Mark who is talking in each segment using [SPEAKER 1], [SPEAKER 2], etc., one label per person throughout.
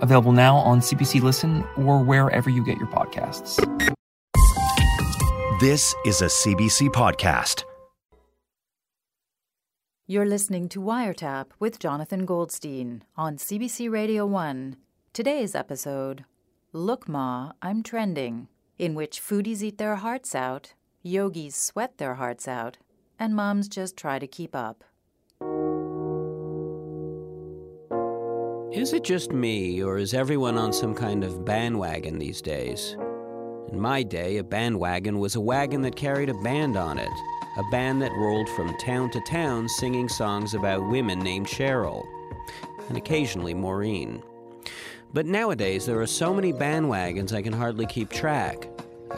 [SPEAKER 1] available now on CBC Listen or wherever you get your podcasts.
[SPEAKER 2] This is a CBC podcast.
[SPEAKER 3] You're listening to Wiretap with Jonathan Goldstein on CBC Radio 1. Today's episode Look, Ma, I'm Trending, in which foodies eat their hearts out, yogis sweat their hearts out, and moms just try to keep up.
[SPEAKER 4] Is it just me, or is everyone on some kind of bandwagon these days? In my day, a bandwagon was a wagon that carried a band on it, a band that rolled from town to town singing songs about women named Cheryl, and occasionally Maureen. But nowadays, there are so many bandwagons I can hardly keep track.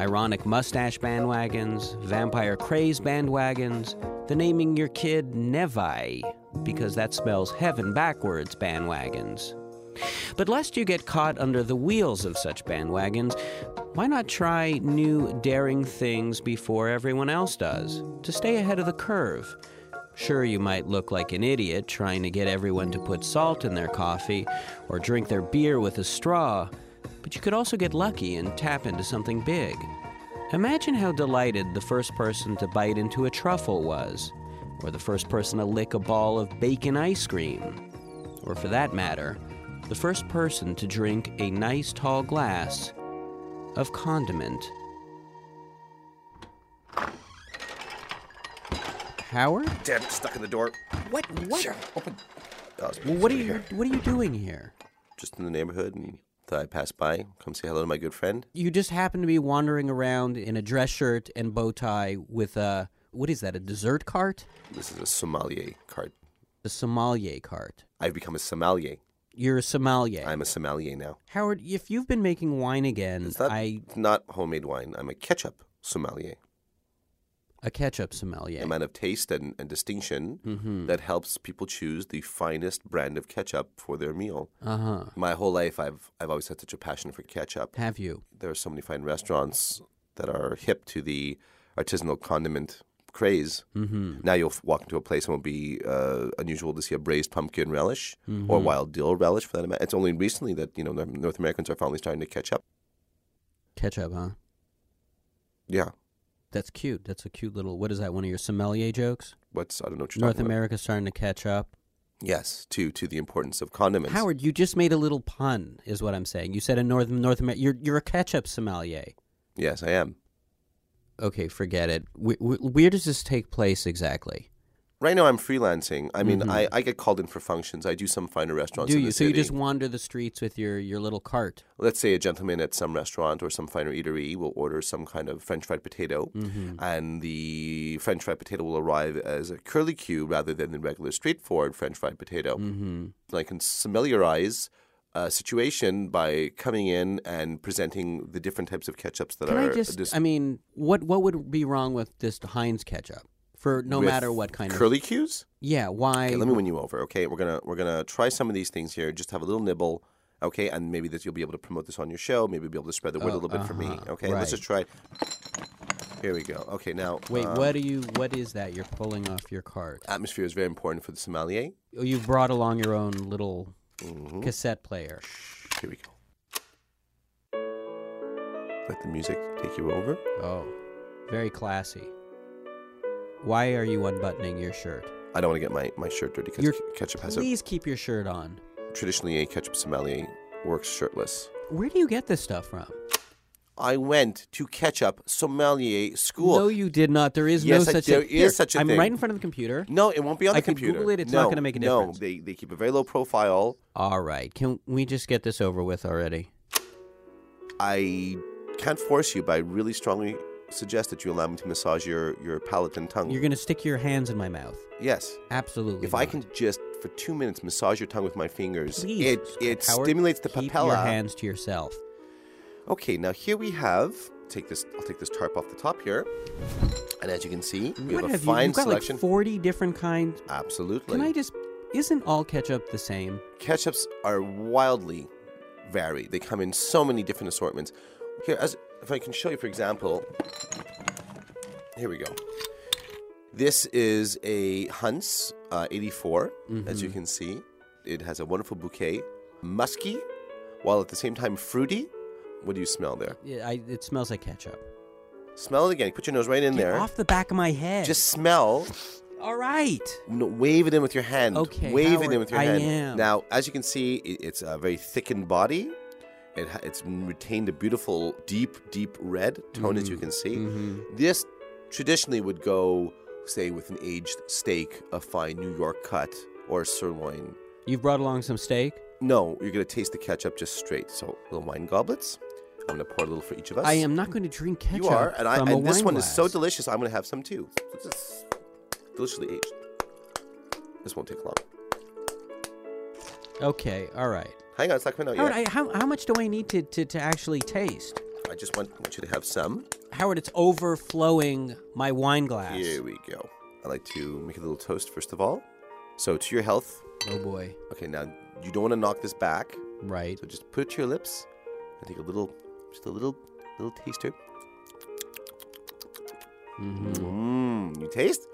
[SPEAKER 4] Ironic mustache bandwagons, vampire craze bandwagons, the naming your kid Nevi, because that spells heaven backwards bandwagons. But lest you get caught under the wheels of such bandwagons, why not try new daring things before everyone else does to stay ahead of the curve? Sure, you might look like an idiot trying to get everyone to put salt in their coffee or drink their beer with a straw, but you could also get lucky and tap into something big. Imagine how delighted the first person to bite into a truffle was, or the first person to lick a ball of bacon ice cream, or for that matter, the first person to drink a nice tall glass of condiment. Howard?
[SPEAKER 5] Damn, it's stuck in the door.
[SPEAKER 4] What? What?
[SPEAKER 5] Sure, Open. Oh, it's
[SPEAKER 4] Well, what are
[SPEAKER 5] over
[SPEAKER 4] you?
[SPEAKER 5] here.
[SPEAKER 4] What are you doing here?
[SPEAKER 5] Just in the neighborhood, and thought I'd pass by, come say hello to my good friend.
[SPEAKER 4] You just happen to be wandering around in a dress shirt and bow tie with a what is that? A dessert cart?
[SPEAKER 5] This is a sommelier card.
[SPEAKER 4] A sommelier cart.
[SPEAKER 5] I've become a sommelier.
[SPEAKER 4] You're a sommelier.
[SPEAKER 5] I'm a sommelier now.
[SPEAKER 4] Howard, if you've been making wine again,
[SPEAKER 5] It's not,
[SPEAKER 4] I
[SPEAKER 5] it's not homemade wine. I'm a ketchup sommelier.
[SPEAKER 4] a ketchup sommelier.
[SPEAKER 5] A man of taste and, and distinction that helps people choose the finest brand of ketchup for their meal.
[SPEAKER 4] Uh huh.
[SPEAKER 5] My whole life, I've I've always had such a passion for ketchup.
[SPEAKER 4] Have you?
[SPEAKER 5] There are so many fine restaurants that are hip to the artisanal condiment craze. Mm-hmm. Now you'll f- walk into a place and it'll be uh, unusual to see a braised pumpkin relish
[SPEAKER 4] Mm-hmm.
[SPEAKER 5] or wild dill relish for that matter. It's only recently that you know Nor- North Americans are finally starting to catch up.
[SPEAKER 4] Ketchup, huh?
[SPEAKER 5] Yeah,
[SPEAKER 4] That's cute. That's a cute little. What is that? One of your sommelier jokes?
[SPEAKER 5] what's I don't know what you're
[SPEAKER 4] North
[SPEAKER 5] talking
[SPEAKER 4] America's starting to catch up.
[SPEAKER 5] about. Yes, to to the importance of condiments.
[SPEAKER 4] Howard, you just made a little pun, is what I'm saying. You said in North North America, you're you're a ketchup sommelier.
[SPEAKER 5] Yes, I am.
[SPEAKER 4] Okay, forget it. Wh- wh- where does this take place exactly?
[SPEAKER 5] Right now, I'm freelancing. I mean, I, I get called in for functions. I do some finer restaurants.
[SPEAKER 4] Mm-hmm. Do
[SPEAKER 5] in
[SPEAKER 4] you?
[SPEAKER 5] the
[SPEAKER 4] So you
[SPEAKER 5] city.
[SPEAKER 4] just wander the streets with your your little cart?
[SPEAKER 5] let's say a gentleman at some restaurant or some finer eatery will order some kind of french fried potato
[SPEAKER 4] Mm-hmm.
[SPEAKER 5] and the french fried potato will arrive as a curly cue rather than the regular straightforward french fried potato
[SPEAKER 4] Mm-hmm.
[SPEAKER 5] And i can familiarize a situation by coming in and presenting the different types of ketchups that
[SPEAKER 4] Can
[SPEAKER 5] are
[SPEAKER 4] I just? um,
[SPEAKER 5] dis-
[SPEAKER 4] I mean, what what would be wrong with this Heinz ketchup for no
[SPEAKER 5] with
[SPEAKER 4] matter what kind of?
[SPEAKER 5] curly cues
[SPEAKER 4] Yeah. Why?
[SPEAKER 5] Okay, let me win you over. Okay, we're gonna we're gonna try some of these things here. Just have a little nibble. Okay, and maybe this you'll be able to promote this on your show. Maybe be able to spread the word
[SPEAKER 4] Oh,
[SPEAKER 5] a little bit for me.
[SPEAKER 4] uh-huh,
[SPEAKER 5] Okay,
[SPEAKER 4] right.
[SPEAKER 5] let's just try. it. Here we go. Okay, now
[SPEAKER 4] Wait.
[SPEAKER 5] uh,
[SPEAKER 4] what are you? What is that you're pulling off your cart?
[SPEAKER 5] Atmosphere is very important for the sommelier.
[SPEAKER 4] Oh, You've brought along your own little
[SPEAKER 5] Mm-hmm.
[SPEAKER 4] cassette player.
[SPEAKER 5] Here we go. Let the music take you over.
[SPEAKER 4] Oh, very classy. Why are you unbuttoning your shirt?
[SPEAKER 5] I don't want to get my, my shirt dirty
[SPEAKER 4] Your-
[SPEAKER 5] because ketchup has
[SPEAKER 4] Please keep your shirt on.
[SPEAKER 5] a traditionally a ketchup sommelier works shirtless.
[SPEAKER 4] Where do you get this stuff from?
[SPEAKER 5] I went to ketchup sommelier school.
[SPEAKER 4] No, you did not. There is
[SPEAKER 5] Yes,
[SPEAKER 4] no
[SPEAKER 5] I-
[SPEAKER 4] such.
[SPEAKER 5] there
[SPEAKER 4] thing.
[SPEAKER 5] is
[SPEAKER 4] Here,
[SPEAKER 5] such a
[SPEAKER 4] I'm
[SPEAKER 5] thing.
[SPEAKER 4] right in front of the computer.
[SPEAKER 5] No, it won't be on
[SPEAKER 4] I
[SPEAKER 5] the
[SPEAKER 4] could
[SPEAKER 5] computer.
[SPEAKER 4] Google it. It's
[SPEAKER 5] no,
[SPEAKER 4] not gonna make a difference.
[SPEAKER 5] No, they, they keep a very low profile.
[SPEAKER 4] All right. Can we just get this over with already?
[SPEAKER 5] I can't force you, but I really strongly suggest that you allow me to massage your, your palate and tongue.
[SPEAKER 4] You're gonna stick your hands in my mouth.
[SPEAKER 5] yes.
[SPEAKER 4] Absolutely.
[SPEAKER 5] If I
[SPEAKER 4] not.
[SPEAKER 5] can just for two minutes massage your tongue with my fingers,
[SPEAKER 4] Please,
[SPEAKER 5] it it
[SPEAKER 4] Howard,
[SPEAKER 5] stimulates the
[SPEAKER 4] keep
[SPEAKER 5] papilla.
[SPEAKER 4] your hands to yourself.
[SPEAKER 5] Okay, now here we have take this. I'll take this tarp off the top here, and as you can see, we
[SPEAKER 4] What
[SPEAKER 5] have a
[SPEAKER 4] have you?
[SPEAKER 5] fine
[SPEAKER 4] You've got
[SPEAKER 5] selection.
[SPEAKER 4] like 40 different kinds.
[SPEAKER 5] Absolutely,
[SPEAKER 4] Can I just. Isn't all ketchup the same?
[SPEAKER 5] ketchups are wildly varied. They come in so many different assortments. Here, as if I can show you, for example, here we go. This is a Hunts uh, 84, as you
[SPEAKER 4] Mm-hmm.
[SPEAKER 5] can see. It has a wonderful bouquet, musky, while at the same time fruity. What do you smell there?
[SPEAKER 4] Yeah, I, it smells like ketchup.
[SPEAKER 5] Smell it again. Put your nose right in
[SPEAKER 4] Get
[SPEAKER 5] there.
[SPEAKER 4] Off the back of my head.
[SPEAKER 5] Just smell.
[SPEAKER 4] All right.
[SPEAKER 5] No, wave it in with your hand.
[SPEAKER 4] Okay,
[SPEAKER 5] Wave it
[SPEAKER 4] Howard,
[SPEAKER 5] in with your
[SPEAKER 4] I
[SPEAKER 5] hand.
[SPEAKER 4] am.
[SPEAKER 5] Now, as you can see, i- it's a very thickened body. It, ha- it's retained a beautiful, deep, deep red tone, as you can see.
[SPEAKER 4] Mm-hmm.
[SPEAKER 5] This traditionally would go, say, with an aged steak, a fine New York cut, or a sirloin.
[SPEAKER 4] You've brought along some steak.
[SPEAKER 5] No, you're going to taste the ketchup just straight. So, little wine goblets. I'm going to pour a little for each of us.
[SPEAKER 4] I am not going to drink ketchup.
[SPEAKER 5] You are, and, I,
[SPEAKER 4] from a
[SPEAKER 5] and this
[SPEAKER 4] wine
[SPEAKER 5] one is so
[SPEAKER 4] glass.
[SPEAKER 5] delicious. I'm going to have some too. This is deliciously aged. This won't take long.
[SPEAKER 4] Okay, all right.
[SPEAKER 5] Hang on, it's not coming out
[SPEAKER 4] Howard,
[SPEAKER 5] yet.
[SPEAKER 4] I, how, how much do I need to, to, to actually taste?
[SPEAKER 5] I just want, want you to have some.
[SPEAKER 4] Howard, it's overflowing my wine glass.
[SPEAKER 5] Here we go. I like to make a little toast first of all. So to your health.
[SPEAKER 4] Oh boy.
[SPEAKER 5] Okay, now you don't want to knock this back.
[SPEAKER 4] Right.
[SPEAKER 5] So just put it to your lips and take a little, just a little, little taster. Mm, you taste?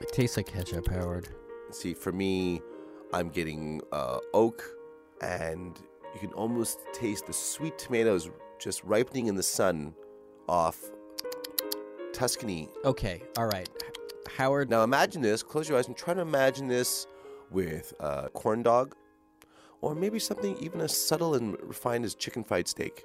[SPEAKER 4] It tastes like ketchup, Howard.
[SPEAKER 5] See, for me, I'm getting uh, oak, and you can almost taste the sweet tomatoes just ripening in the sun off Tuscany
[SPEAKER 4] Okay, all right. H- Howard,
[SPEAKER 5] Now imagine this. Close your eyes and try to imagine this with a corn dog, or maybe something even as subtle and refined as chicken fried steak.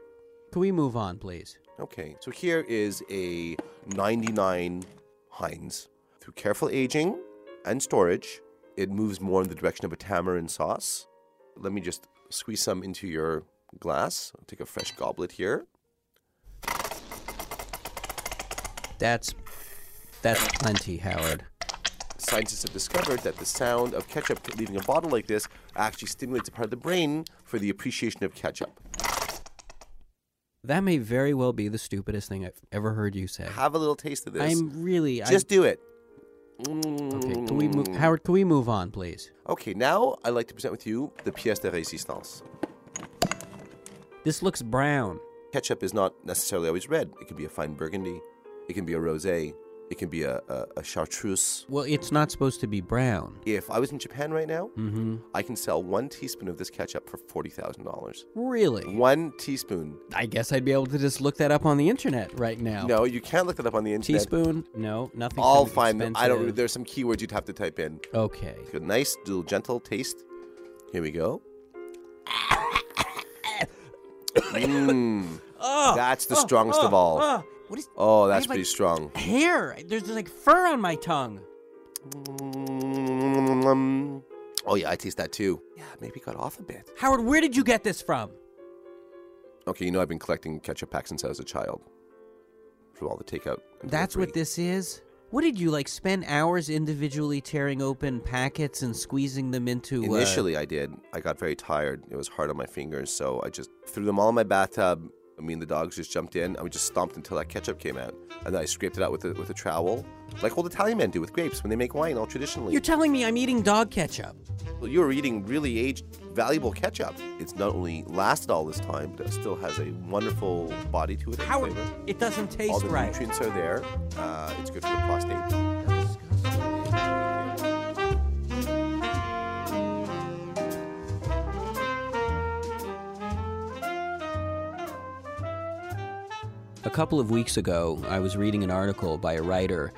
[SPEAKER 4] can we move on, please?
[SPEAKER 5] Okay, so here is a 99 Heinz. Through careful aging and storage, it moves more in the direction of a tamarind sauce. Let me just squeeze some into your glass. I'll take a fresh goblet here.
[SPEAKER 4] That's that's plenty, Howard.
[SPEAKER 5] Scientists have discovered that the sound of ketchup leaving a bottle like this actually stimulates a part of the brain for the appreciation of ketchup.
[SPEAKER 4] That may very well be the stupidest thing I've ever heard you say.
[SPEAKER 5] Have a little taste of this.
[SPEAKER 4] I'm really I-
[SPEAKER 5] Just do it. Mm.
[SPEAKER 4] okay. Can we move, Howard? Can we move on, please?
[SPEAKER 5] Okay, now I'd like to present with you the pièce de résistance.
[SPEAKER 4] This looks brown.
[SPEAKER 5] Ketchup is not necessarily always red. It can be a fine burgundy. It can be a rosé. It can be a, a, a chartreuse.
[SPEAKER 4] Well, it's not supposed to be brown.
[SPEAKER 5] If I was in Japan right now,
[SPEAKER 4] Mm-hmm.
[SPEAKER 5] I can sell one teaspoon of this ketchup for $40,000.
[SPEAKER 4] Really?
[SPEAKER 5] One teaspoon.
[SPEAKER 4] I guess I'd be able to just look that up on the internet right now.
[SPEAKER 5] No, you can't look that up on the internet.
[SPEAKER 4] Teaspoon? No, nothing.
[SPEAKER 5] I'll
[SPEAKER 4] something
[SPEAKER 5] find I don't.
[SPEAKER 4] expensive.
[SPEAKER 5] There's some keywords you'd have to type in.
[SPEAKER 4] Okay.
[SPEAKER 5] Take a nice little gentle taste. Here we go. Mm, that's the strongest of all.
[SPEAKER 4] Ah, what is
[SPEAKER 5] Oh,
[SPEAKER 4] I
[SPEAKER 5] that's
[SPEAKER 4] have, like,
[SPEAKER 5] pretty strong.
[SPEAKER 4] hair? There's, there's like fur on my tongue.
[SPEAKER 5] Mm, Oh yeah, I taste that too. Yeah, maybe got off a bit.
[SPEAKER 4] Howard, where did you get this from?
[SPEAKER 5] Okay, you know I've been collecting ketchup packs since I was a child. From all the takeout. and
[SPEAKER 4] That's what
[SPEAKER 5] delivery.
[SPEAKER 4] this is. What did you like? Spend hours individually tearing open packets and squeezing them into. uh,
[SPEAKER 5] Initially, I did. I got very tired. It was hard on my fingers, so I just threw them all in my bathtub. I mean, the dogs just jumped in, and we just stomped until that ketchup came out, and then I scraped it out with a, with a trowel, like old Italian men do with grapes when they make wine, all traditionally.
[SPEAKER 4] you're telling me I'm eating dog ketchup.
[SPEAKER 5] Well, you were eating really aged, valuable ketchup. It's not only lasted all this time, but it still has a wonderful body to it. and
[SPEAKER 4] Howard,
[SPEAKER 5] flavor.
[SPEAKER 4] it doesn't
[SPEAKER 5] all
[SPEAKER 4] taste
[SPEAKER 5] the
[SPEAKER 4] right.
[SPEAKER 5] nutrients are there. Uh, it's good for the prostate.
[SPEAKER 4] A couple of weeks ago, I was reading an article by a writer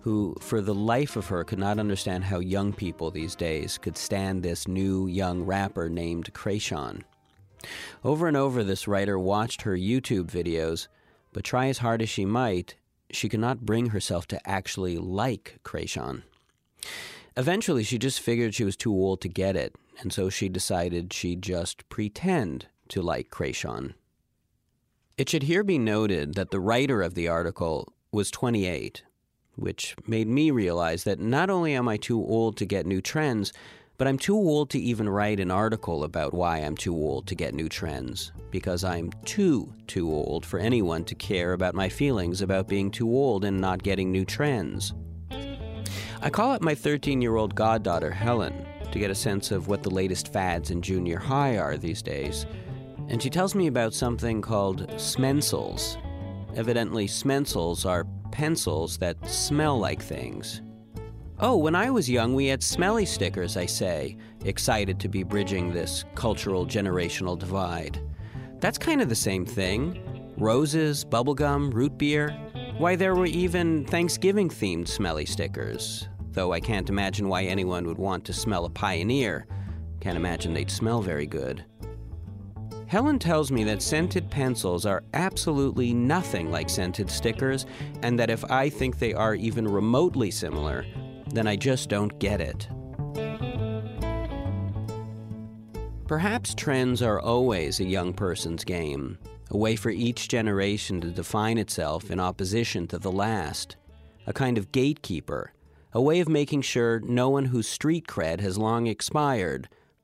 [SPEAKER 4] who, for the life of her, could not understand how young people these days could stand this new young rapper named Krayshawn. Over and over, this writer watched her YouTube videos, but try as hard as she might, she could not bring herself to actually like Krayshawn. Eventually, she just figured she was too old to get it, and so she decided she'd just pretend to like Krayshawn. It should here be noted that the writer of the article was 28, which made me realize that not only am I too old to get new trends, But I'm too old to even write an article about why I'm too old to get new trends, because I'm too, too old for anyone to care about my feelings about being too old and not getting new trends. I call up my 13 year old goddaughter, Helen, to get a sense of what the latest fads in junior high are these days. And she tells me about something called smensels. Evidently, smensels are pencils that smell like things. Oh, when I was young, we had smelly stickers, I say, excited to be bridging this cultural generational divide. That's kind of the same thing roses, bubblegum, root beer. Why, there were even Thanksgiving themed smelly stickers, though I can't imagine why anyone would want to smell a pioneer. Can't imagine they'd smell very good. Helen tells me that scented pencils are absolutely nothing like scented stickers, and that if I think they are even remotely similar, then I just don't get it. Perhaps trends are always a young person's game, a way for each generation to define itself in opposition to the last, a kind of gatekeeper, a way of making sure no one whose street cred has long expired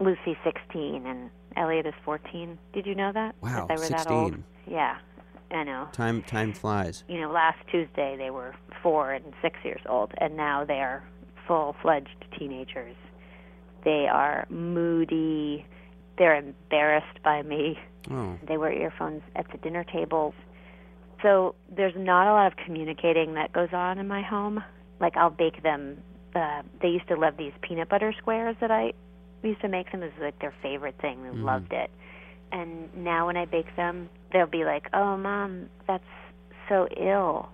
[SPEAKER 6] Lucy's 16 and Elliot is 14. Did you know that?
[SPEAKER 4] Wow,
[SPEAKER 6] that they were that old.
[SPEAKER 4] 16.
[SPEAKER 6] Yeah, I know.
[SPEAKER 4] Time, time flies.
[SPEAKER 6] You know, last Tuesday they were four and six years old, and now they are full-fledged teenagers. They are moody. They're embarrassed by me.
[SPEAKER 4] Oh.
[SPEAKER 6] They wear earphones at the dinner tables. So there's not a lot of communicating that goes on in my home. Like I'll bake them. Uh, they used to love these peanut butter squares that I used to make them. It was like their favorite thing. They loved it. And now when I bake them, they'll be like, "Oh, mom, that's so ill,"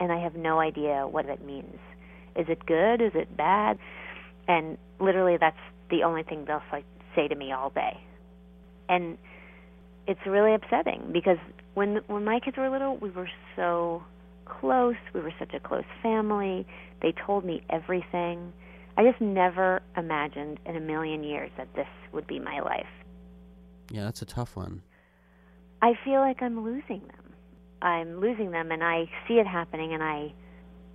[SPEAKER 6] and I have no idea what it means. Is it good? Is it bad? And literally, that's the only thing they'll like say to me all day. And it's really upsetting because when when my kids were little, we were so close. We were such a close family. They told me everything. I just never imagined in a million years that this would be my life.
[SPEAKER 4] Yeah, that's a tough one.
[SPEAKER 6] I feel like I'm losing them. I'm losing them, and I see it happening, and I,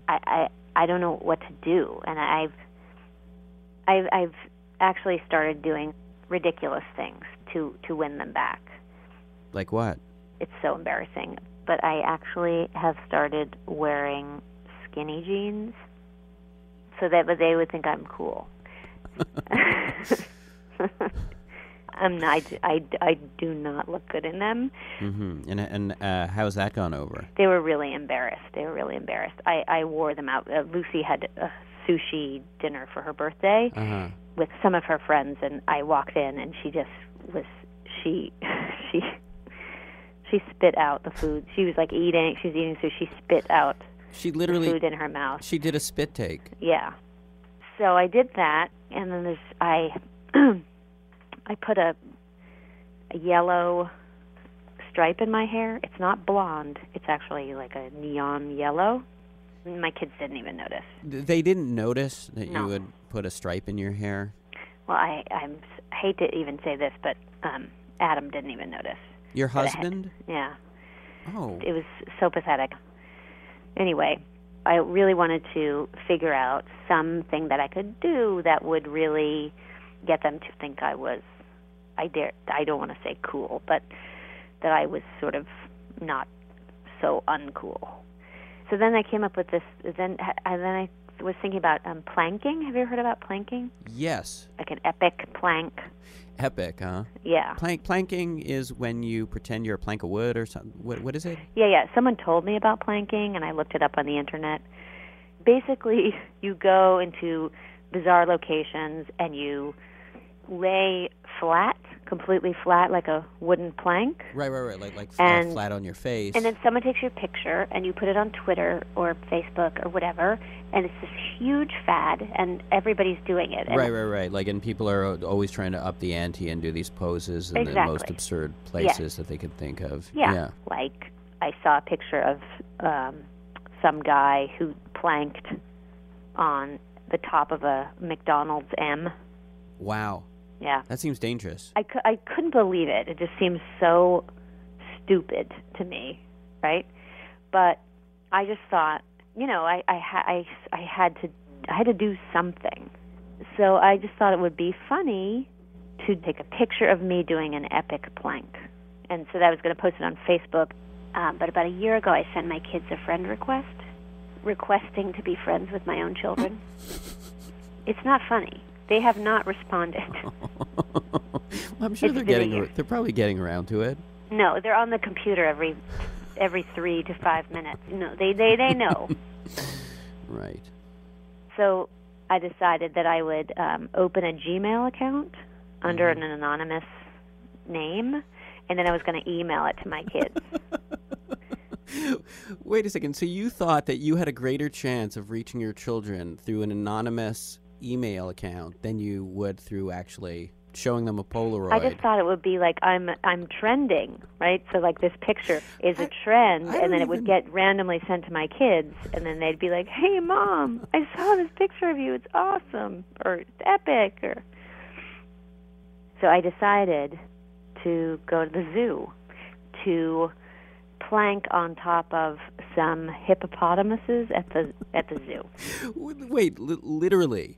[SPEAKER 6] I, I, I don't know what to do. And I've, I've, I've actually started doing ridiculous things to to win them back.
[SPEAKER 4] Like what?
[SPEAKER 6] It's so embarrassing. But I actually have started wearing skinny jeans, so that but they would think I'm cool. I'm not, Um, I, d- I d- I do not look good in them.
[SPEAKER 4] hmm And and uh, how's that gone over?
[SPEAKER 6] They were really embarrassed. They were really embarrassed. I, I wore them out. Uh, Lucy had a sushi dinner for her birthday
[SPEAKER 4] Uh-huh.
[SPEAKER 6] with some of her friends, and I walked in, and she just was she she she spit out the food. She was like eating. She was eating, so she spit out
[SPEAKER 4] She
[SPEAKER 6] the
[SPEAKER 4] literally
[SPEAKER 6] food in her mouth.
[SPEAKER 4] she did a spit take.
[SPEAKER 6] Yeah. So I did that, and then there's I I put a, a yellow stripe in my hair. It's not blonde. It's actually like a neon yellow. My kids didn't even notice.
[SPEAKER 4] Th- They didn't notice that you
[SPEAKER 6] No.
[SPEAKER 4] would put a stripe in your hair.
[SPEAKER 6] Well, I I'm, s- hate to even say this, but um, Adam didn't even notice.
[SPEAKER 4] Your
[SPEAKER 6] that I had-
[SPEAKER 4] husband?
[SPEAKER 6] Yeah.
[SPEAKER 4] Oh.
[SPEAKER 6] it was so pathetic. Anyway, I really wanted to figure out something that I could do that would really get them to think I was I dare I don't want to say cool, but that I was sort of not so uncool. So then I came up with this then and then I was thinking about um planking. Have you ever heard about planking?
[SPEAKER 4] Yes.
[SPEAKER 6] Like an epic plank.
[SPEAKER 4] Epic, huh?
[SPEAKER 6] Yeah.
[SPEAKER 4] Plank planking is when you pretend you're a plank of wood or something. What what is it?
[SPEAKER 6] Yeah, yeah. Someone told me about planking, and I looked it up on the internet. Basically, you go into bizarre locations and you lay flat, completely flat, like a wooden plank.
[SPEAKER 4] Right, right, right. Like, like
[SPEAKER 6] And-
[SPEAKER 4] flat on your face.
[SPEAKER 6] And then someone takes your picture and you put it on Twitter or Facebook or whatever, and it's this huge fad, and everybody's doing it. And
[SPEAKER 4] Right, right, right. Like, and people are al- always trying to up the ante and do these poses in the most
[SPEAKER 6] Exactly.
[SPEAKER 4] absurd
[SPEAKER 6] Yes.
[SPEAKER 4] places that they could think of.
[SPEAKER 6] Yeah. Like I saw a picture of um, some guy who planked on the top of a McDonald's M.
[SPEAKER 4] Wow.
[SPEAKER 6] Yeah.
[SPEAKER 4] That seems dangerous.
[SPEAKER 6] I, cou- I couldn't believe it. It just seems so stupid to me, right? But I just thought, you know, I I, ha- I s- I had to I had to do something. So I just thought it would be funny to take a picture of me doing an epic plank, and so that I was going to post it on Facebook. Um, but about a year ago, I sent my kids a friend request, requesting to be friends with my own children. It's not funny. They have not responded.
[SPEAKER 4] I'm sure
[SPEAKER 6] It's
[SPEAKER 4] they're
[SPEAKER 6] been a
[SPEAKER 4] getting.
[SPEAKER 6] year.
[SPEAKER 4] ar- They're probably getting around to it.
[SPEAKER 6] No, they're on the computer every every three to five minutes. No, they they they know.
[SPEAKER 4] Right.
[SPEAKER 6] so I decided that I would um, open a Gmail account under
[SPEAKER 7] Mm-hmm.
[SPEAKER 6] an anonymous name, and then I was going to email it to my kids.
[SPEAKER 4] Wait a second. So you thought that you had a greater chance of reaching your children through an anonymous email account than you would through actually showing them a Polaroid.
[SPEAKER 6] I just thought it would be like I'm I'm trending, right? So like this picture is a trend,
[SPEAKER 4] I
[SPEAKER 6] and then
[SPEAKER 4] don't
[SPEAKER 6] it would get randomly sent to my kids, and then they'd be like, "Hey, mom, I saw this picture of you. It's awesome, or it's epic." Or so I decided to go to the zoo to plank on top of some hippopotamuses at the at the zoo.
[SPEAKER 4] Wait, li- literally.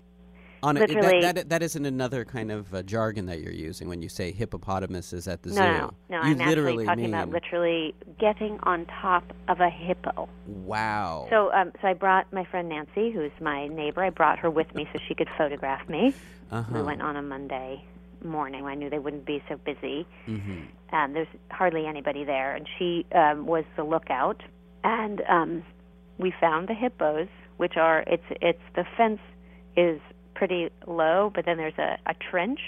[SPEAKER 4] On a,
[SPEAKER 6] Literally.
[SPEAKER 4] that, that, that isn't another kind of uh, jargon that you're using when you say hippopotamus is at the
[SPEAKER 6] no,
[SPEAKER 4] zoo.
[SPEAKER 6] no, no,
[SPEAKER 4] you
[SPEAKER 6] I'm
[SPEAKER 4] literally
[SPEAKER 6] actually talking
[SPEAKER 4] mean,
[SPEAKER 6] about literally getting on top of a hippo.
[SPEAKER 4] Wow.
[SPEAKER 6] So, um, so I brought my friend Nancy, who's my neighbor. I brought her with me so she could photograph me.
[SPEAKER 4] Uh-huh.
[SPEAKER 6] We went on a Monday morning. I knew they wouldn't be so busy.
[SPEAKER 4] Mm-hmm.
[SPEAKER 6] Um, there's hardly anybody there, and she um, was the lookout. And um, we found the hippos, which are it's it's the fence is pretty low, but then there's a, a trench,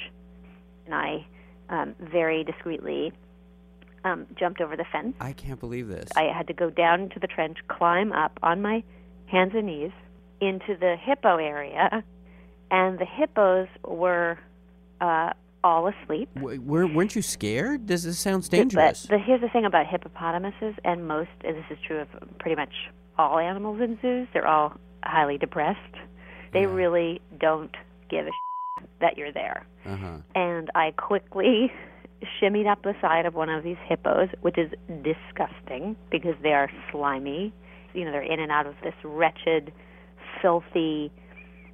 [SPEAKER 6] and I um, very discreetly um, jumped over the fence.
[SPEAKER 4] I can't believe this.
[SPEAKER 6] I had to go down into the trench, climb up on my hands and knees into the hippo area, and the hippos were uh, all asleep.
[SPEAKER 4] W- were, weren't you scared? Does this sounds
[SPEAKER 6] But
[SPEAKER 4] dangerous?
[SPEAKER 6] the, here's the thing about hippopotamuses, and most, and this is true of pretty much all animals in zoos, they're all highly depressed. They really don't give a shit that you're there.
[SPEAKER 4] Uh-huh.
[SPEAKER 6] And I quickly shimmied up the side of one of these hippos, which is disgusting because they are slimy. You know, they're in and out of this wretched, filthy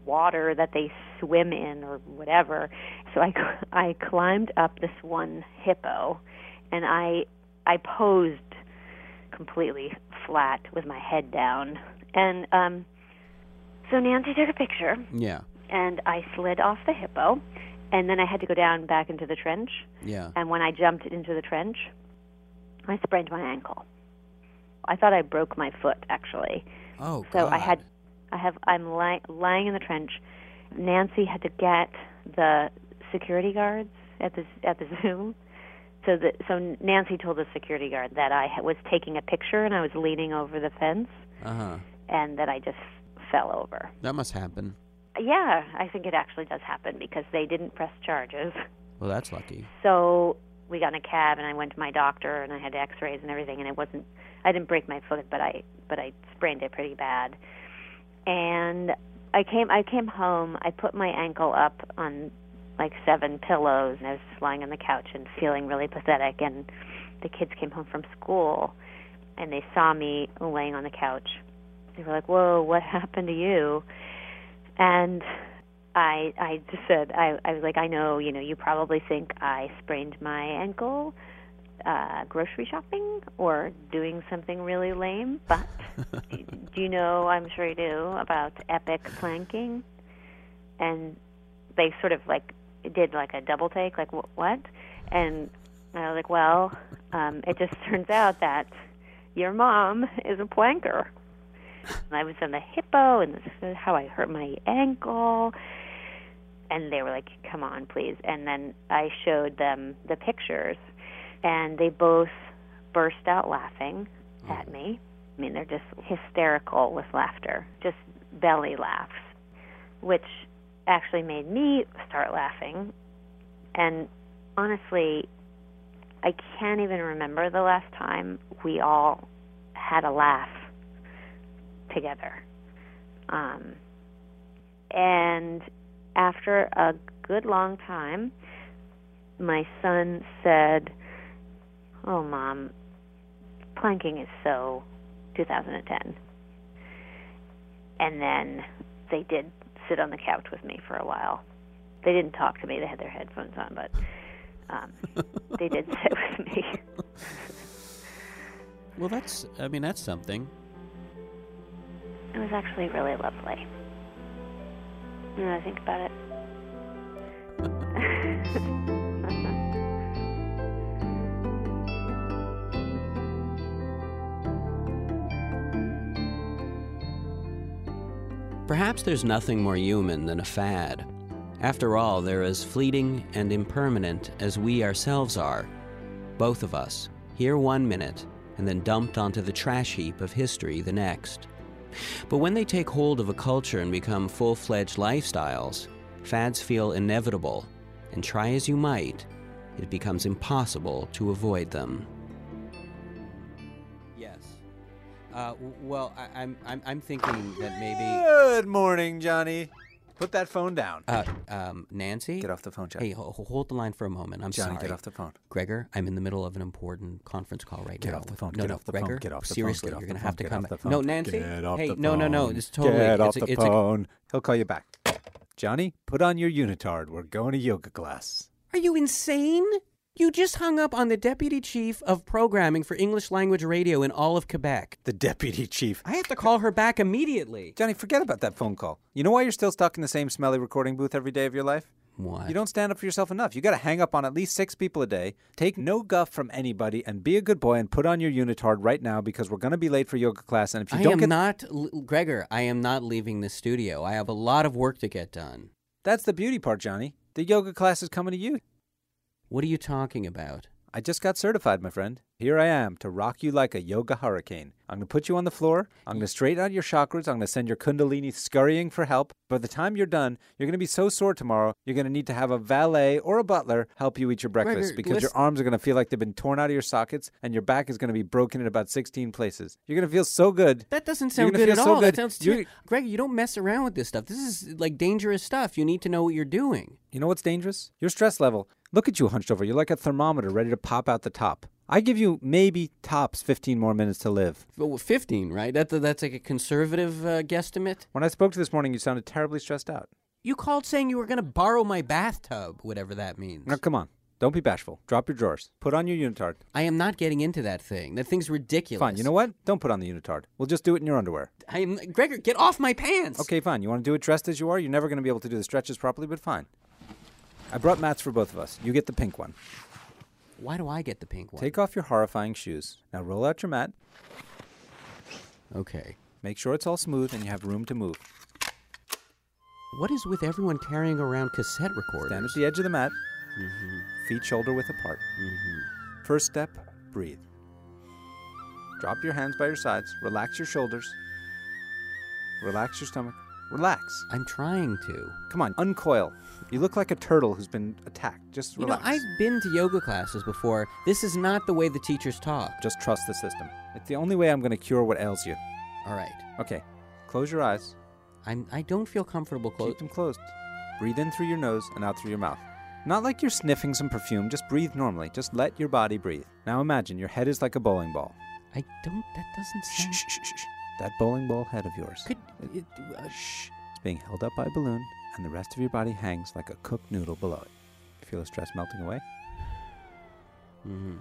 [SPEAKER 6] water that they swim in or whatever. So I, I climbed up this one hippo and I, I posed completely flat with my head down. And um, so Nancy took a picture
[SPEAKER 4] Yeah.
[SPEAKER 6] and I slid off the hippo, and then I had to go down back into the trench.
[SPEAKER 4] Yeah.
[SPEAKER 6] And when I jumped into the trench, I sprained my ankle. I thought I broke my foot actually.
[SPEAKER 4] Oh,
[SPEAKER 6] so I had, I have, I'm lying lying in the trench. Nancy had to get the security guards at the at the zoo. So the so Nancy told the security guard that I was taking a picture and I was leaning over the fence
[SPEAKER 4] Uh huh.
[SPEAKER 6] and that I just fell over.
[SPEAKER 4] That must happen.
[SPEAKER 6] Yeah, I think it actually does happen because they didn't press charges.
[SPEAKER 4] Well, that's lucky.
[SPEAKER 6] So we got in a cab and I went to my doctor and I had x-rays and everything and it wasn't I didn't break my foot but I but I sprained it pretty bad. And I came I came home, I put my ankle up on like seven pillows and I was just lying on the couch and feeling really pathetic and the kids came home from school and they saw me laying on the couch. They were like, "Whoa, what happened to you?" And I I just said I I was like I know you know you probably think I sprained my ankle uh grocery shopping or doing something really lame but do you know I'm sure you do about epic planking and they sort of like did like a double take like "Wh- what and I was like well um it just turns out that your mom is a planker and I was in the hippo, and this is how I hurt my ankle. And they were like, "Come on, please." And then I showed them the pictures, and they both burst out laughing at me. I mean, they're just hysterical with laughter, just belly laughs, which actually made me start laughing. And honestly, I can't even remember the last time we all had a laugh together. Um, and after a good long time, my son said, Oh, mom, planking is so 2010. And then they did sit on the couch with me for a while. They didn't talk to me, they had their headphones on, but um, they did sit with me.
[SPEAKER 4] Well, that's, I mean, that's something.
[SPEAKER 6] It was actually really lovely. Now I think about it.
[SPEAKER 4] Perhaps there's nothing more human than a fad. After all, they're as fleeting and impermanent as we ourselves are. Both of us, here one minute, and then dumped onto the trash heap of history the next. But when they take hold of a culture and become full fledged lifestyles, fads feel inevitable, and try as you might, it becomes impossible to avoid them. Yes. Uh, w- well, I, I'm, I'm, I'm thinking that maybe.
[SPEAKER 5] Good morning, Johnny. Put that phone down.
[SPEAKER 4] Uh, um, Nancy? Get
[SPEAKER 5] off the phone, Johnny.
[SPEAKER 4] Hey, ho- ho- hold the line for a moment. I'm
[SPEAKER 5] Johnny,
[SPEAKER 4] sorry.
[SPEAKER 5] get off the phone.
[SPEAKER 4] Gregor, I'm in the middle of an important conference call right
[SPEAKER 5] Get
[SPEAKER 4] now.
[SPEAKER 5] off the phone,
[SPEAKER 4] No,
[SPEAKER 5] get
[SPEAKER 4] no,
[SPEAKER 5] off the phone,
[SPEAKER 4] Gregor,
[SPEAKER 5] get off the phone,
[SPEAKER 4] seriously,
[SPEAKER 5] get off
[SPEAKER 4] you're
[SPEAKER 5] the
[SPEAKER 4] gonna
[SPEAKER 5] phone,
[SPEAKER 4] have to
[SPEAKER 5] get
[SPEAKER 4] come
[SPEAKER 5] off
[SPEAKER 4] back.
[SPEAKER 5] the phone.
[SPEAKER 4] No, Nancy.
[SPEAKER 5] Get off
[SPEAKER 4] hey,
[SPEAKER 5] the
[SPEAKER 4] no, no, no.
[SPEAKER 5] phone.
[SPEAKER 4] It's totally.
[SPEAKER 5] Get off
[SPEAKER 4] it's a-
[SPEAKER 5] the
[SPEAKER 4] it's a-
[SPEAKER 5] phone. He'll call you back. Johnny, put on your unitard. We're going to yoga class.
[SPEAKER 4] Are you insane? You just hung up on the deputy chief of programming for English language radio in all of Quebec.
[SPEAKER 5] The deputy chief.
[SPEAKER 4] I have to call her back immediately.
[SPEAKER 5] Johnny, forget about that phone call. You know why you're still stuck in the same smelly recording booth every day of your life?
[SPEAKER 4] Why?
[SPEAKER 5] You don't stand up for yourself enough. You got to hang up on at least six people a day, take no guff from anybody, and be a good boy and put on your unitard right now because we're going to be late for yoga class. And if you
[SPEAKER 4] I
[SPEAKER 5] don't
[SPEAKER 4] am
[SPEAKER 5] get
[SPEAKER 4] not, L- Gregor. I am not leaving the studio. I have a lot of work to get done.
[SPEAKER 5] That's the beauty part, Johnny. The yoga class is coming to you.
[SPEAKER 4] What are you talking about?
[SPEAKER 5] I just got certified, my friend. Here I am to rock you like a yoga hurricane. I'm going to put you on the floor. I'm going to straighten out your chakras. I'm going to send your kundalini scurrying for help. By the time you're done, you're going to be so sore tomorrow, you're going to need to have a valet or a butler help you eat your breakfast
[SPEAKER 4] Gregor,
[SPEAKER 5] because your
[SPEAKER 4] listen-
[SPEAKER 5] arms are going to feel like they've been torn out of your sockets and your back is going to be broken in about 16 places. You're going to feel so good.
[SPEAKER 4] That doesn't
[SPEAKER 5] You're
[SPEAKER 4] sound
[SPEAKER 5] gonna
[SPEAKER 4] good at
[SPEAKER 5] feel so
[SPEAKER 4] all.
[SPEAKER 5] good.
[SPEAKER 4] That sounds
[SPEAKER 5] You're-
[SPEAKER 4] too. Gregor, you don't mess around with this stuff. This is like dangerous stuff. You need to know what you're doing.
[SPEAKER 5] You know what's dangerous? Your stress level. Look at you hunched over. You're like a thermometer ready to pop out the top. I give you maybe tops 15 more minutes to live.
[SPEAKER 4] Well, 15, right? That, that's like a conservative uh, guesstimate.
[SPEAKER 5] When I spoke to you this morning, you sounded terribly stressed out.
[SPEAKER 4] You called saying you were going to borrow my bathtub, whatever that means.
[SPEAKER 5] Now, come on. Don't be bashful. Drop your drawers. Put on your unitard.
[SPEAKER 4] I am not getting into that thing. That thing's ridiculous.
[SPEAKER 5] Fine. You know what? Don't put on the unitard. We'll just do it in your underwear.
[SPEAKER 4] I am Gregor, get off my pants.
[SPEAKER 5] Okay, fine. You want to do it dressed as you are? You're never going to be able to do the stretches properly, but fine. I brought mats for both of us. You get the pink one.
[SPEAKER 4] Why do I get the pink one?
[SPEAKER 5] Take off your horrifying shoes. Now roll out your mat.
[SPEAKER 4] Okay.
[SPEAKER 5] Make sure it's all smooth and you have room to move.
[SPEAKER 4] What is with everyone carrying around cassette
[SPEAKER 5] Stand at
[SPEAKER 4] recorders?
[SPEAKER 5] the edge of the mat,
[SPEAKER 4] Mm-hmm.
[SPEAKER 5] feet shoulder width apart. First step, breathe. Drop your hands by your sides. Relax your shoulders. Relax your stomach. Relax.
[SPEAKER 4] I'm trying to.
[SPEAKER 5] Come on, uncoil. You look like a turtle who's been attacked. Just
[SPEAKER 4] You know,
[SPEAKER 5] relax.
[SPEAKER 4] I've been to yoga classes before. This is not the way the teachers talk.
[SPEAKER 5] Just trust the system. It's the only way I'm going to cure what ails you.
[SPEAKER 4] All right.
[SPEAKER 5] Okay, close your eyes.
[SPEAKER 4] I'm. I don't feel comfortable close.
[SPEAKER 5] Keep them closed. Breathe in through your nose and out through your mouth. Not like you're sniffing some perfume. Just breathe normally. Just let your body breathe. Now imagine your head is like a bowling ball.
[SPEAKER 4] I don't. That doesn't sound. Shh,
[SPEAKER 5] That bowling ball head of yours
[SPEAKER 4] Could. It, uh, shh.
[SPEAKER 5] is being held up by a balloon, and the rest of your body hangs like a cooked noodle below it. Feel the stress melting away?
[SPEAKER 4] Mm-hmm.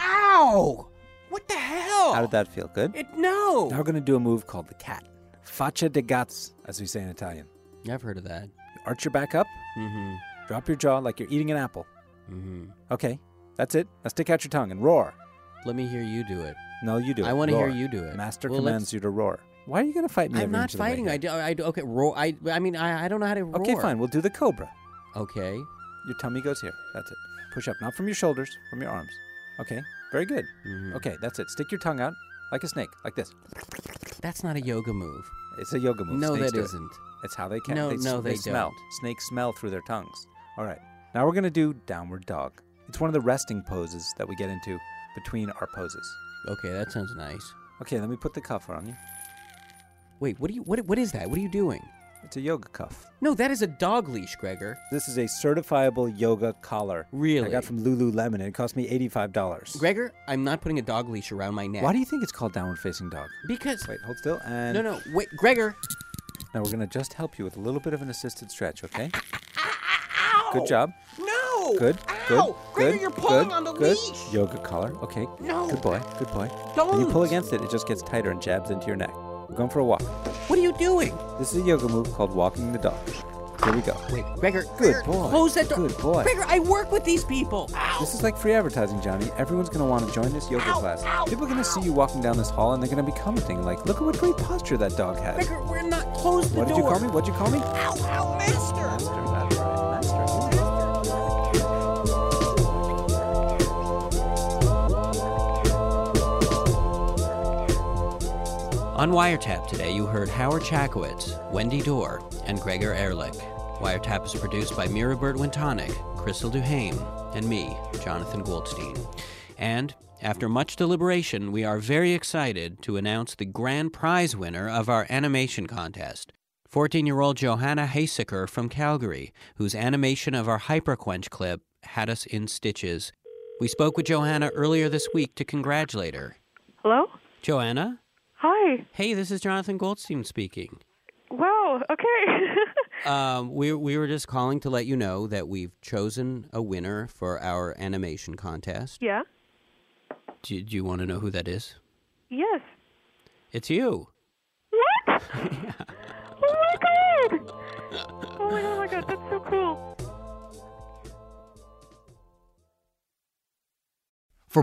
[SPEAKER 4] Ow! What the hell?
[SPEAKER 5] How did that feel? Good?
[SPEAKER 4] It no.
[SPEAKER 5] Now we're going to do a move called the cat. Faccia de gats, as we say in Italian.
[SPEAKER 4] I've heard of that.
[SPEAKER 5] Arch your back up,
[SPEAKER 4] Mm-hmm.
[SPEAKER 5] drop your jaw like you're eating an apple.
[SPEAKER 4] Mm-hmm.
[SPEAKER 5] Okay, that's it. Now stick out your tongue and roar.
[SPEAKER 4] Let me hear you do it.
[SPEAKER 6] No, you do it.
[SPEAKER 5] I want to hear
[SPEAKER 6] Roar.
[SPEAKER 5] you do it.
[SPEAKER 6] Master
[SPEAKER 5] Well, let's-
[SPEAKER 6] commands you to roar. Why are you going to fight me?
[SPEAKER 5] I'm
[SPEAKER 6] every
[SPEAKER 5] not
[SPEAKER 6] inch of the way
[SPEAKER 5] fighting.
[SPEAKER 6] here?
[SPEAKER 5] I, do, I do, okay. Roar. I I mean I, I don't know how to roar.
[SPEAKER 6] Okay, fine. We'll do the cobra.
[SPEAKER 5] Okay.
[SPEAKER 6] Your tummy goes here. That's it. Push up, not from your shoulders, from your arms. Okay. Very good.
[SPEAKER 5] Mm-hmm.
[SPEAKER 6] Okay, that's it. Stick your tongue out like a snake, like this.
[SPEAKER 5] That's not a yoga move.
[SPEAKER 6] It's a yoga move.
[SPEAKER 5] No,
[SPEAKER 6] Snakes
[SPEAKER 5] that
[SPEAKER 6] do it.
[SPEAKER 5] isn't.
[SPEAKER 6] It's how they can.
[SPEAKER 5] No,
[SPEAKER 6] they, s-
[SPEAKER 5] no, they
[SPEAKER 6] smell. Snakes smell through their tongues. All right. Now we're going to do downward dog. It's one of the resting poses that we get into between our poses.
[SPEAKER 5] Okay, that sounds nice.
[SPEAKER 6] Okay, let me put the cuff on you.
[SPEAKER 5] Wait, what do you what what is that? What are you doing?
[SPEAKER 6] It's a yoga cuff.
[SPEAKER 5] No, that is a dog leash, Gregor.
[SPEAKER 6] This is a certifiable yoga collar.
[SPEAKER 5] Really?
[SPEAKER 6] I got from Lululemon. and It cost me eighty-five dollars.
[SPEAKER 5] Gregor, I'm not putting a dog leash around my neck.
[SPEAKER 6] Why do you think it's called downward facing dog?
[SPEAKER 5] Because
[SPEAKER 6] Wait, hold still. And
[SPEAKER 5] no, no, wait, Gregor.
[SPEAKER 6] Now we're gonna just help you with a little bit of an assisted stretch, okay? Good job.
[SPEAKER 5] No.
[SPEAKER 6] Good. Good.
[SPEAKER 5] Ow! Gregor,
[SPEAKER 6] good,
[SPEAKER 5] you're pulling
[SPEAKER 6] good,
[SPEAKER 5] on the
[SPEAKER 6] good.
[SPEAKER 5] leash.
[SPEAKER 6] Yoga collar. Okay.
[SPEAKER 5] No.
[SPEAKER 6] Good boy. Good boy. When you
[SPEAKER 5] Don't.
[SPEAKER 6] pull against it, it just gets tighter and jabs into your neck. We're going for a walk.
[SPEAKER 5] What are you doing?
[SPEAKER 6] This is a yoga move called walking the dog. Here we go.
[SPEAKER 5] Wait, Gregor.
[SPEAKER 6] Good
[SPEAKER 5] Gregor,
[SPEAKER 6] boy.
[SPEAKER 5] Close that door.
[SPEAKER 6] Good boy.
[SPEAKER 5] Gregor, I work with these people.
[SPEAKER 6] This is like free advertising, Johnny. Everyone's going to want to join this yoga
[SPEAKER 5] Ow,
[SPEAKER 6] class.
[SPEAKER 5] ow,
[SPEAKER 6] People are going to see you walking down this hall and they're going to be commenting, like, look at what great posture that dog has.
[SPEAKER 5] Gregor, we're not close the
[SPEAKER 6] What did
[SPEAKER 5] door.
[SPEAKER 6] you call me? What'd you call me?
[SPEAKER 5] Ow, ow, master.
[SPEAKER 6] That's right, master.
[SPEAKER 4] On Wiretap today, you heard Howard Chakowitz, Wendy Dorr, and Gregor Ehrlich. Wiretap is produced by Mirabert Wintonic, Crystal Duhame, and me, Jonathan Goldstein. And after much deliberation, we are very excited to announce the grand prize winner of our animation contest. 14 year old Johanna Haysicker from Calgary, whose animation of our Hyperquench clip had us in stitches. We spoke with Johanna earlier this week to congratulate her.
[SPEAKER 8] Hello?
[SPEAKER 4] Johanna?
[SPEAKER 8] Hi.
[SPEAKER 4] Hey, this is Jonathan Goldstein speaking.
[SPEAKER 8] Wow. Okay.
[SPEAKER 4] Um, we, we were just calling to let you know that we've chosen a winner for our animation contest.
[SPEAKER 8] yeah.
[SPEAKER 4] Do, do you want to know who that is?
[SPEAKER 8] Yes.
[SPEAKER 4] It's you.
[SPEAKER 8] What? Oh my god. Oh my god. Oh my god. That's so cool.
[SPEAKER 9] For